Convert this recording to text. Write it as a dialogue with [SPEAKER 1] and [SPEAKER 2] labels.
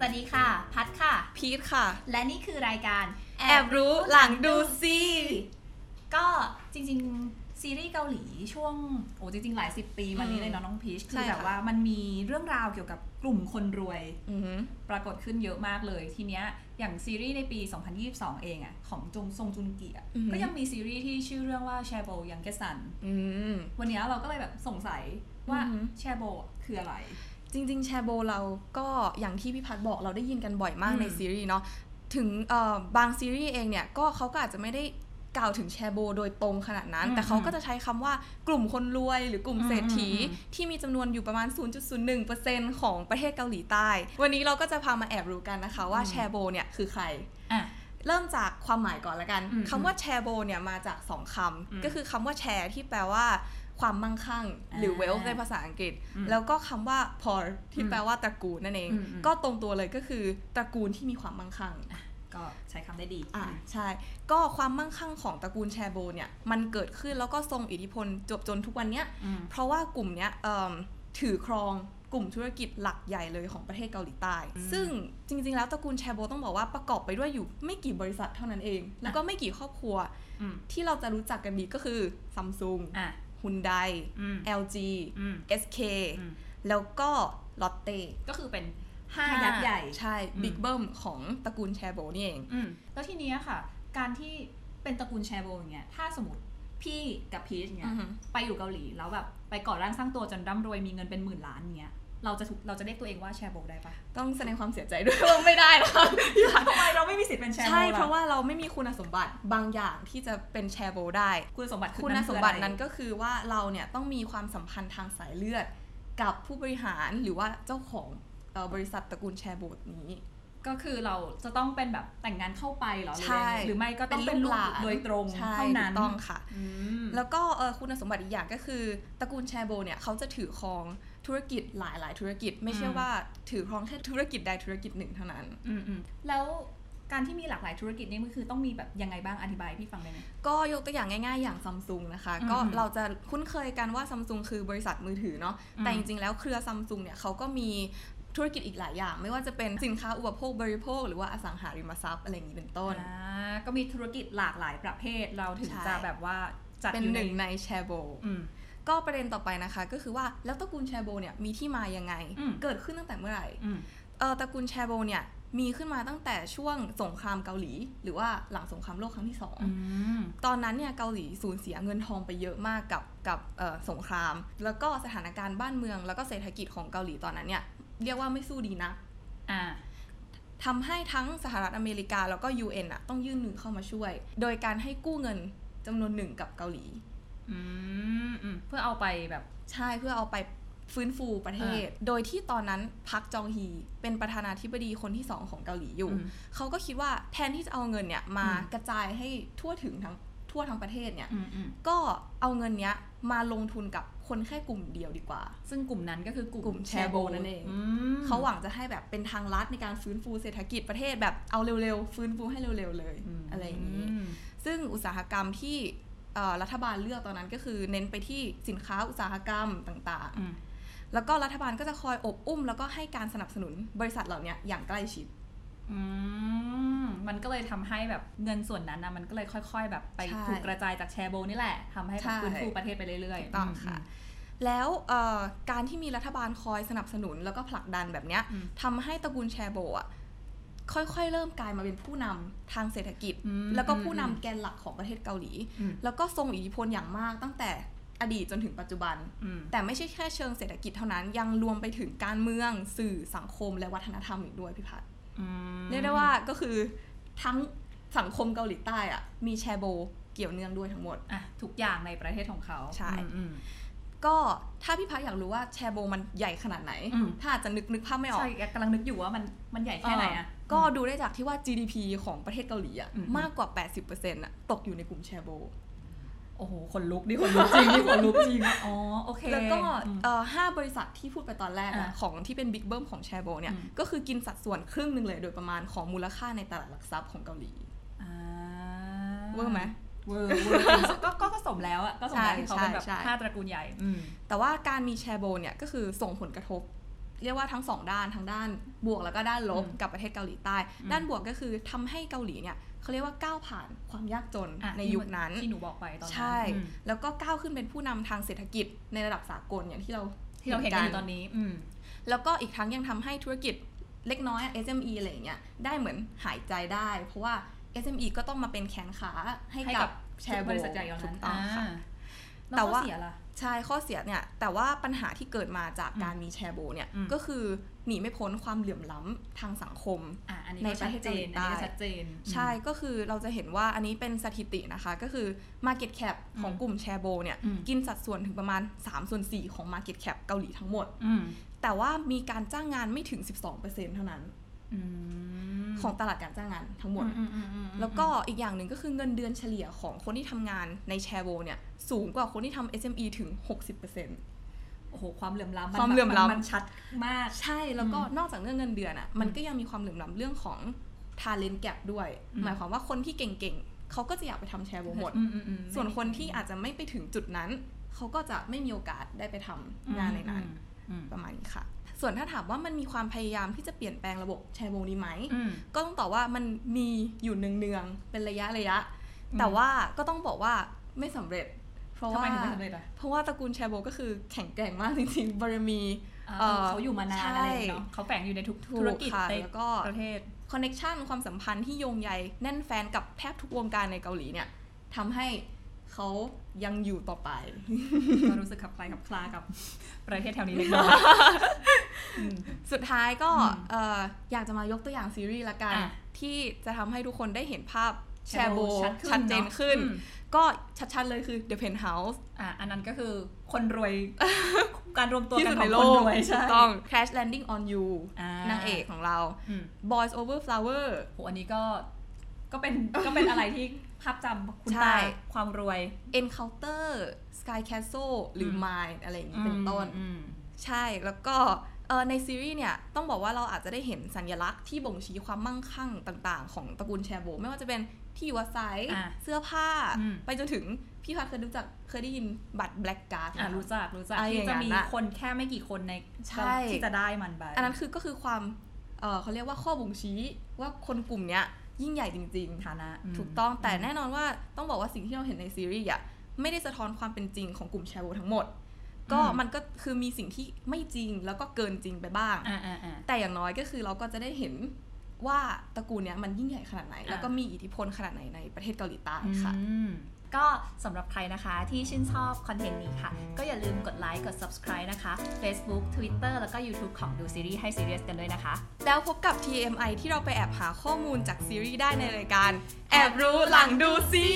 [SPEAKER 1] วัสดีค่ะ พัดค่ะ
[SPEAKER 2] พีทค่ะ
[SPEAKER 1] และนี่คือรายการ
[SPEAKER 2] แอบรู้หลังดูซี
[SPEAKER 1] ก็จริงๆ ซีรีส์เกาหลีช่วงโอ้จริงๆ หลายสิบปีมานี้เลยเนาะน้องพีชคือแบบว่ามันมีเรื่องราวเกี่ยวกับกลุ่มคนรวย
[SPEAKER 2] อือหือ
[SPEAKER 1] ปรากฏขึ้นเยอะมากเลย ทีเนี้ยอย่างซีรีส์ในปี 2022 เองอะของจงทรงจุนเกีย
[SPEAKER 2] อือหือ
[SPEAKER 1] ก็ยังมีซีรีส์ที่ชื่อเรื่องว่าแชโบยังแกสัน
[SPEAKER 2] อืม
[SPEAKER 1] วันเนี้ยเราก็เลยแบบสงสัยว่า
[SPEAKER 2] อือหือ
[SPEAKER 1] แชโบคืออะไร
[SPEAKER 2] จริง ๆ แชร์โบเราก็อย่างที่พี่พัดบอกเราได้ยินกันบ่อยมาก
[SPEAKER 1] อืม
[SPEAKER 2] ในซีรีส์เนาะถึงเอ่อบางซีรีส์เองเนี่ยก็เขาก็อาจจะไม่ได้กล่าวถึงแชร์โบโดยตรงขนาดนั้น
[SPEAKER 1] อืม
[SPEAKER 2] แต่เขาก็จะใช้คำว่ากลุ่มคนรวยหรือกลุ่มเศรษฐี
[SPEAKER 1] อืมอืมอืม
[SPEAKER 2] ที่มีจำนวนอยู่ประมาณ 0.01%ของประเทศเกาหลีใต้ วันนี้เราก็จะพามาแอบรู้กันนะคะว่าแชร์โบเนี่ยคือใคร
[SPEAKER 1] อ่ะ
[SPEAKER 2] เริ่มจากความหมายก่อนละกัน
[SPEAKER 1] อืม
[SPEAKER 2] คำว่าแชร์โบเนี่ยมาจากสองค
[SPEAKER 1] อืม
[SPEAKER 2] ำก็คือคำว่าแชร์ที่แปลว่าความมั่งคั่ง หรือ
[SPEAKER 1] อ่า
[SPEAKER 2] wealth ในภาษาอังกฤษ
[SPEAKER 1] อืม
[SPEAKER 2] แล้วก็คำว่า poor ที่
[SPEAKER 1] อืม
[SPEAKER 2] แปลว่าตระกูลนั่นเอง
[SPEAKER 1] อืมอืม
[SPEAKER 2] ก็ตรงตัวเลยก็คือตระกูลที่มีความมั่งคั่ง
[SPEAKER 1] ก็ใช้คำได้ดี
[SPEAKER 2] อ่าใช่ ก็ความมั่งคั่งของตระกูลแชร์โบเนี่ยมันเกิดขึ้นแล้วก็ทรงอิทธิพลจบจนทุกวันเนี้ย
[SPEAKER 1] อืม
[SPEAKER 2] เพราะว่ากลุ่มเนี้ยเอิ่มถือครองกลุ่มธุรกิจหลักใหญ่เลยของประเทศเกาหลีใต้
[SPEAKER 1] อืม
[SPEAKER 2] ซึ่งจริง ๆ แล้วตระกูลแชโบต้องบอกว่าประกอบไปด้วยอยู่ไม่กี่บริษัทเท่านั้นเอง แล้วก็ไม่กี่ครอบครัว
[SPEAKER 1] อืม
[SPEAKER 2] ที่เราจะรู้จักกันดีก็คือซัมซุง
[SPEAKER 1] อ่ะ
[SPEAKER 2] ฮุนได
[SPEAKER 1] อืม
[SPEAKER 2] LG
[SPEAKER 1] อืม
[SPEAKER 2] SK
[SPEAKER 1] อืม
[SPEAKER 2] แล้วก็ลอตเต้
[SPEAKER 1] ก็คือเป็นห้ายักษ์ใหญ่
[SPEAKER 2] ใช่
[SPEAKER 1] อืม
[SPEAKER 2] บิ๊กเบิ้มของตระกูลแชโบนี่เอง
[SPEAKER 1] อืมแล้วทีเนี้ยค่ะ การที่เป็นตระกูลแชร์โบอย่างเงี้ยถ้าสมมติพี่กับพีชเนี่ย ไปอยู่เกาหลีแล้วแบบไปก่อร่างสร้างตัวจนร่ำรวยมีเงินเป็นหมื่นล้านเงี้ยเราจะถูกเราจะเรียกตัวเองว่าแชร์โบได้ปะ
[SPEAKER 2] ต้องแสดงความเสียใจด้วยว่าไม่ได้นะคะ
[SPEAKER 1] ทำไมเราไม่มีสิทธิ์เป็นแชร์โบ
[SPEAKER 2] ใช่เพราะว่าเราไม่มีคุณสมบัติบางอย่างที่จะเป็นแชโบได้
[SPEAKER 1] คุณสมบัติอ
[SPEAKER 2] คุณสมบัตินั้น
[SPEAKER 1] คืออะไร
[SPEAKER 2] ก็คือว่าเราเนี่ยต้องมีความสัมพันธ์ทางสายเลือด กับผู้บริหารหรือว่าเจ้าของเอ่อบริษัทตระกูลแชร์โบทนี้
[SPEAKER 1] ก็คือเราจะต้องเป็นแบบแต่งงานเข้าไปเหรอหรือ
[SPEAKER 2] ใช่
[SPEAKER 1] หรือไม่ก็ต้องเป็นลูกโดยตรง
[SPEAKER 2] ใช่
[SPEAKER 1] เท่านั้น
[SPEAKER 2] ถูกต้องค่ะ
[SPEAKER 1] อืม
[SPEAKER 2] แล้วก็เอ่อคุณสมบัติอีกอย่างก็คือตระกูลแชร์โบเนี่ยเขาจะถือครองธุรกิจหลายๆ ธุรกิจ ไม่ใช่
[SPEAKER 1] อืม
[SPEAKER 2] ว่าถือครองแค่ธุรกิจใดธุรกิจหนึ่งเท่านั้น
[SPEAKER 1] อืมอืมแล้วการที่มีหลากหลายธุรกิจนี่มันคือต้องมีแบบยังไงบ้างอธิบายให้พี่ฟังได้ไหม
[SPEAKER 2] ก็ยกตัวอย่างง่ายๆ อย่างซัมซุงนะคะ
[SPEAKER 1] อืม
[SPEAKER 2] ก็เราจะคุ้นเคยกันว่าซัมซุงคือบริษัทมือถือเนาะ
[SPEAKER 1] อืม
[SPEAKER 2] แต่จริงๆ แล้วเครือซัมซุงเนี่ยเขาก็มีธุรกิจอีกหลายอย่าง ไม่ว่าจะเป็นสินค้าอุปโภคบริโภค หรือว่าอสังหาริมทรัพย์อะไรอย่างนี้เป็นต้น
[SPEAKER 1] อ่าก็มีธุรกิจหลากหลายประเภทเราถึง
[SPEAKER 2] ใช่
[SPEAKER 1] จะแบบว่าจัด
[SPEAKER 2] เป็น
[SPEAKER 1] อยู่
[SPEAKER 2] หนึ่งในแชโบ
[SPEAKER 1] อืม
[SPEAKER 2] ก็ประเด็นต่อไปนะคะ ก็คือว่าแล้วตระกูลแชโบเนี่ยมีที่มายังไง
[SPEAKER 1] อืม
[SPEAKER 2] เกิดขึ้นตั้งแต่เมื่อไหร่
[SPEAKER 1] อืม
[SPEAKER 2] เออตระกูลแชโบเนี่ยมีขึ้นมาตั้งแต่ช่วงสงครามเกาหลี หรือว่าหลังสงครามโลกครั้งที่สอง ตอนนั้นเนี่ยเกาหลีสูญเสียเงินทองไปเยอะมากกับกับเอ่อสงคราม แล้วก็สถานการณ์บ้านเมือง แล้วก็เศรษฐกิจของเกาหลีตอนนั้นเนี่ยเรียกว่าไม่สู้ดีนะ
[SPEAKER 1] อ่า
[SPEAKER 2] ทำให้ทั้งสหรัฐอเมริกาแล้วก็ UN อ่ะต้องยื่นมือเข้ามาช่วย โดยการให้กู้เงินจำนวนหนึ่งกับเกาหลี
[SPEAKER 1] อืมอืมเพื่อเอาไปแบบ
[SPEAKER 2] ใช่เพื่อเอาไปฟื้นฟูประเทศ โดยที่ตอนนั้นพักจองฮีเป็นประธานาธิบดีคนที่สองของเกาหลีอยู่
[SPEAKER 1] อืม
[SPEAKER 2] เขาก็คิดว่าแทนที่จะเอาเงินเนี่ยมา
[SPEAKER 1] อืม
[SPEAKER 2] กระจายให้ทั่วถึงทั้งทั่วทั้งประเทศเนี่ย
[SPEAKER 1] อืมอืม
[SPEAKER 2] ก็เอาเงินเนี้ยมาลงทุนกับคนแค่กลุ่มเดียวดีกว่า
[SPEAKER 1] ซึ่งกลุ่มนั้นก็คือก
[SPEAKER 2] กลุ่
[SPEAKER 1] ลุ่
[SPEAKER 2] มแชร์โบนั่นเอง
[SPEAKER 1] ม
[SPEAKER 2] เขาหวังจะให้แบบเป็นทางลัดในการฟื้นฟูเศรษฐกิจประเทศแบบเอาเร็วๆ ฟื้นฟูให้เร็วๆ เลย
[SPEAKER 1] ม
[SPEAKER 2] อะไรอย่างนี้ ซึ่งอุตสาหกรรมที่เอ่อรัฐบาลเลือกตอนนั้นก็คือเน้นไปที่สินค้าอุตสาหกรรมต่าง
[SPEAKER 1] อืม
[SPEAKER 2] ๆ แล้วก็รัฐบาลก็จะคอยอบอุ้ม แล้วก็ให้การสนับสนุนบริษัทเหล่าเนี้ยอย่างใกล้ชิด
[SPEAKER 1] อืมมันก็เลยทำให้แบบเงินส่วนนั้นนะมันก็เลยค่อย ๆ แบบไป
[SPEAKER 2] ใช่
[SPEAKER 1] ถูกกระจายจากแชร์โบนี่แหละทำให้แบบ
[SPEAKER 2] ใช่
[SPEAKER 1] ฟื้นฟูประเทศไปเรื่อยๆ
[SPEAKER 2] ต้องค่ะ
[SPEAKER 1] ม
[SPEAKER 2] แล้วเอ่อการที่มีรัฐบาลคอยสนับสนุนแล้วก็ผลักดันแบบเนี้ย
[SPEAKER 1] อืม
[SPEAKER 2] ทำให้ตระกูลแชโบอ่ะค่อยๆ เริ่มกลายมาเป็นผู้นำทางเศรษฐกิจ
[SPEAKER 1] อืม
[SPEAKER 2] แล้วก็ผู้นำแกนหลักของประเทศเกาหลี
[SPEAKER 1] อืม
[SPEAKER 2] แล้วก็ทรงอิทธิพลอย่างมากตั้งแต่อดีตจนถึงปัจจุบัน
[SPEAKER 1] อืม
[SPEAKER 2] แต่ไม่ใช่แค่เชิงเศรษฐกิจเท่านั้น ยังรวมไปถึงการเมืองสื่อสังคมและวัฒนธรรมอีกด้วยพี่พัด
[SPEAKER 1] อืม
[SPEAKER 2] เรียกได้ว่าก็คือทั้งสังคมเกาหลีใต้อ่ะมีแชโบเกี่ยวเนื่องด้วยทั้งหมด
[SPEAKER 1] อ่ะทุกอย่างในประเทศของเขา
[SPEAKER 2] ใช่
[SPEAKER 1] อืมอืม
[SPEAKER 2] ก็ถ้าพี่พัดอยากรู้ว่าแชโบมันใหญ่ขนาดไหน
[SPEAKER 1] อืม
[SPEAKER 2] ถ้าอาจจะนึกนึกภาพไม่ออก
[SPEAKER 1] ใช่กำลังนึกอยู่ว่ามันมันใหญ่แค่ไหนอ่ะ
[SPEAKER 2] ก็ดูได้จากที่ว่า GDP ของประเทศเกาหลีอะ
[SPEAKER 1] อืม
[SPEAKER 2] มากกว่า 80%อ่ะตกอยู่ในกลุ่มแชโบ
[SPEAKER 1] โอ้โหขนลุกดิขนลุกจริงดิขนลุกจริงอ๋อโอเค
[SPEAKER 2] แล้วก็
[SPEAKER 1] อืม
[SPEAKER 2] เอ่อห้าบริษัทที่พูดไปตอนแรกอะ
[SPEAKER 1] อ่า
[SPEAKER 2] ของที่เป็นบิ๊กเบิ้มของแชโบเนี่ย
[SPEAKER 1] อืม
[SPEAKER 2] ก็คือกินสัดส่วนครึ่งหนึ่งเลยโดยประมาณของมูลค่าในตลาดหลักทรัพย์ของเกาหลี
[SPEAKER 1] อ่า
[SPEAKER 2] เวอร์ไหม
[SPEAKER 1] เวอร์เวอร์จริงก็ก็ก็สมแล้วอะก็สมแล้วที่เขาเป็นแบบ
[SPEAKER 2] ใช่ใช่
[SPEAKER 1] ห้าตระกูลใหญ่ อืม
[SPEAKER 2] แต่ว่าการมีแชโบเนี่ยก็คือส่งผลกระทบ เรียกว่าทั้งสองด้านทั้งด้านบวกแล้วก็ด้านลบ
[SPEAKER 1] อืม
[SPEAKER 2] กับประเทศเกาหลีใต้
[SPEAKER 1] อืม
[SPEAKER 2] ด้านบวกก็คือทำให้เกาหลีเนี่ยเขาเรียกว่าก้าวผ่านความยากจน
[SPEAKER 1] อ่ะ
[SPEAKER 2] ใน
[SPEAKER 1] ที่
[SPEAKER 2] ยุคนั้น
[SPEAKER 1] ที่หนูบอกไปตอนนั้น
[SPEAKER 2] ใช่
[SPEAKER 1] อืม
[SPEAKER 2] แล้วก็ก้าวขึ้นเป็นผู้นำทางเศรษฐกิจในระดับสากลอย่างที่เรา
[SPEAKER 1] ที่เราเห็นกันอยู่ตอนนี้ อืม
[SPEAKER 2] แล้วก็อีกทั้งยังทำให้ธุรกิจเล็กน้อย SME อะไรอย่างเงี้ยได้เหมือนหายใจได้ เพราะว่า SME ก็ต้องมาเป็นแขนขาให้
[SPEAKER 1] ให้กั
[SPEAKER 2] กับบ แชร์
[SPEAKER 1] ทุกบริษัทใหญ่ย้อน
[SPEAKER 2] ถู
[SPEAKER 1] นั้น
[SPEAKER 2] กต้องค่ะ แต่
[SPEAKER 1] แต่
[SPEAKER 2] ว่า
[SPEAKER 1] ว่าเสียล่ะ
[SPEAKER 2] ใช่ข้อเสียเนี่ยแต่ว่าปัญหาที่เกิดมาจากการมีแชร์โบเนี่ย
[SPEAKER 1] อืม
[SPEAKER 2] ก็คือหนีไม่พ้นความเหลื่อมล้ำทางสังคม
[SPEAKER 1] อ่ะอันนี้
[SPEAKER 2] ใน
[SPEAKER 1] ก็ชัดเจน
[SPEAKER 2] ประเทศเกาหลีใต้
[SPEAKER 1] อันนี้ก็ชัดเจน
[SPEAKER 2] ใช่ก็คือเราจะเห็นว่าอันนี้เป็นสถิตินะคะ ก็คือ Market Cap ของ
[SPEAKER 1] อืม
[SPEAKER 2] กลุ่มแชร์โบเนี่ย
[SPEAKER 1] อืม
[SPEAKER 2] กินสัดส่วนถึงประมาณ 3 ส่วน 4 ของ Market Cap เกาหลีทั้งหมด
[SPEAKER 1] อืม
[SPEAKER 2] แต่ว่ามีการจ้างงานไม่ถึง 12%เท่านั้น
[SPEAKER 1] อืม
[SPEAKER 2] ของตลาดการจ้างงานทั้งหมด
[SPEAKER 1] อือือือืม
[SPEAKER 2] แล้วก็อีกอย่างหนึ่งก็คือเงินเดือนเฉลี่ยของคนที่ทำงานในแชร์โบเนี่ยสูงกว่าคนที่ทำ SME ถึง 60%
[SPEAKER 1] โอ้โหความเหลื่อมล้ำน
[SPEAKER 2] ความเหลื่อมล้ำ
[SPEAKER 1] นนชัดมาก
[SPEAKER 2] ใช่แล้วก็
[SPEAKER 1] อืม
[SPEAKER 2] นอกจากเรื่องเงินเดือนอะ่ะมันก็ยังมีความเหลื่อมล้ำเรื่องของ talent gap ด้วย
[SPEAKER 1] อืม
[SPEAKER 2] หมายความว่าคนที่เก่งๆเขาก็จะอยากไปทำแชร์โบหมด
[SPEAKER 1] อือืมอืม
[SPEAKER 2] ส่วนคนที่อาจจะไม่ไปถึงจุดนั้น เขาก็จะไม่มีโอกาสได้ไปทำงานในนั้น
[SPEAKER 1] อืม
[SPEAKER 2] ประมาณนี้ค่ะ ส่วนถ้าถามว่ามันมีความพยายามที่จะเปลี่ยนแปลงระบบแชร์โบนี้ไหม
[SPEAKER 1] อืม
[SPEAKER 2] ก็ต้องตอบว่ามันมีอยู่เนืองๆเป็นระยะระยะ
[SPEAKER 1] อืม
[SPEAKER 2] แต่ว่าก็ต้องบอกว่าไม่สำเร็จ เพราะ
[SPEAKER 1] ทำ
[SPEAKER 2] ว่า
[SPEAKER 1] ไมถึงไม่สำเร็จอ่ะ
[SPEAKER 2] เพราะว่าตระกูลแชร์โบก็คือแข็งแกร่งมากจริงๆบารมี
[SPEAKER 1] อ่า
[SPEAKER 2] เอ่อ
[SPEAKER 1] เขาอยู่มานานอะไรอย่างเงี้ยเนาะ
[SPEAKER 2] ใช่
[SPEAKER 1] เขาแฝงอยู่ในทุก
[SPEAKER 2] ถู
[SPEAKER 1] ธุรกิจ
[SPEAKER 2] ค่ะ
[SPEAKER 1] ใน
[SPEAKER 2] แล้วก็
[SPEAKER 1] ประเทศ
[SPEAKER 2] คอนเน็ชันความสัมพันธ์ที่โยงใยแน่นแฟนกับแทบทุกวงการในเกาหลีเนี่ยทำให้เขายังอยู่ต่อไป
[SPEAKER 1] ก็รู้สึกขับคลายขับคลากับประเทศแถวนี้เล็กน้อย อืม
[SPEAKER 2] สุดท้ายก็
[SPEAKER 1] อืม
[SPEAKER 2] เอ่ออยากจะมายกตัวอย่างซีรีส์ละกัน
[SPEAKER 1] อ่ะ
[SPEAKER 2] ที่จะทำให้ทุกคนได้เห็นภาพแชร์โบ
[SPEAKER 1] ชัด
[SPEAKER 2] ชัดเจนขึ้น
[SPEAKER 1] อืม
[SPEAKER 2] ก็ชัดๆเลยคือ The Penthouse
[SPEAKER 1] อ่ะอันนั้นก็คือคนรวย การรวมตัว
[SPEAKER 2] ที่
[SPEAKER 1] กั
[SPEAKER 2] สุ
[SPEAKER 1] น
[SPEAKER 2] ด
[SPEAKER 1] ข
[SPEAKER 2] ใน
[SPEAKER 1] อง
[SPEAKER 2] โล
[SPEAKER 1] คน
[SPEAKER 2] ก
[SPEAKER 1] รวย
[SPEAKER 2] ถู
[SPEAKER 1] ใช่
[SPEAKER 2] กต้อง Crash Landing on You
[SPEAKER 1] อ่
[SPEAKER 2] นางเอกของเรา
[SPEAKER 1] อืม
[SPEAKER 2] Boys Over Flower
[SPEAKER 1] โหอันนี้ก็ก็เป็นก็เป็นอะไรที่ภาพจำคุณ
[SPEAKER 2] ใช่
[SPEAKER 1] ตาความรวย
[SPEAKER 2] Encounter Sky Castle หรืออ
[SPEAKER 1] ม
[SPEAKER 2] Mine อะไรอย่างนี้เป็นต้น
[SPEAKER 1] อืม
[SPEAKER 2] ใช่แล้วก็เอ่อในซีรีส์เนี่ยต้องบอกว่าเราอาจจะได้เห็นสัญลักษณ์ที่บ่งชี้ความมั่งคั่งต่างๆ ของตระกูลแชโบ ไม่ว่าจะเป็นที่อยู่อาศัย
[SPEAKER 1] อ่ะ
[SPEAKER 2] เสื้อผ้า
[SPEAKER 1] อืม
[SPEAKER 2] ไปจนถึงพี่พัดเคยรู้จักเคยได้ยินบัตรแบล็กการ์ด
[SPEAKER 1] อ่ะรู้จักรู้จัก
[SPEAKER 2] อะไรอ
[SPEAKER 1] ที่
[SPEAKER 2] ย่าง
[SPEAKER 1] จะ
[SPEAKER 2] นั้น
[SPEAKER 1] มี
[SPEAKER 2] อะ
[SPEAKER 1] คนแค่ไม่กี่คนใน
[SPEAKER 2] ใช่
[SPEAKER 1] ที่จะได้มันไป
[SPEAKER 2] อันนั้นคือก็คือความเอ่อเขาเรียกว่าข้อบ่งชี้ว่าคนกลุ่มเนี้ยยิ่งใหญ่จริง
[SPEAKER 1] ฐานะม
[SPEAKER 2] ๆ ถูกต้องแต่แน่นอนว่าต้องบอกว่าสิ่งที่เราเห็นในซีรีส์อ่ะไม่ได้สะท้อนความเป็นจริงของกลุ่มแชโบทั้งหมด ก็มันก็คือมีสิ่งที่ไม่จริงแล้วก็เกินจริงไปบ้าง
[SPEAKER 1] อ่าอ่าอ่า
[SPEAKER 2] แต่อย่างน้อยก็คือเราก็จะได้เห็นว่าตระกูลเนี้ยมันยิ่งใหญ่ขนาดไหน
[SPEAKER 1] อ่ะ
[SPEAKER 2] แล้วก็มีอิทธิพลขนาดไหนในประเทศเกาหลีใต้ค่ะ
[SPEAKER 1] อืมก็สำหรับใครนะคะที่ชื่นชอบคอนเทนต์นี้ค่ะ ก็อย่าลืมกดไลค์กด subscribe นะคะ Facebook Twitter แล้วก็ YouTube ของดูซีรีส์ให้ซีเรียสกันด้วยนะคะ
[SPEAKER 2] แล้วพบกับ TMI ที่เราไปแอบหาข้อมูลจากซีรีส์ได้ในรายการ แอบรู้หลังดูซี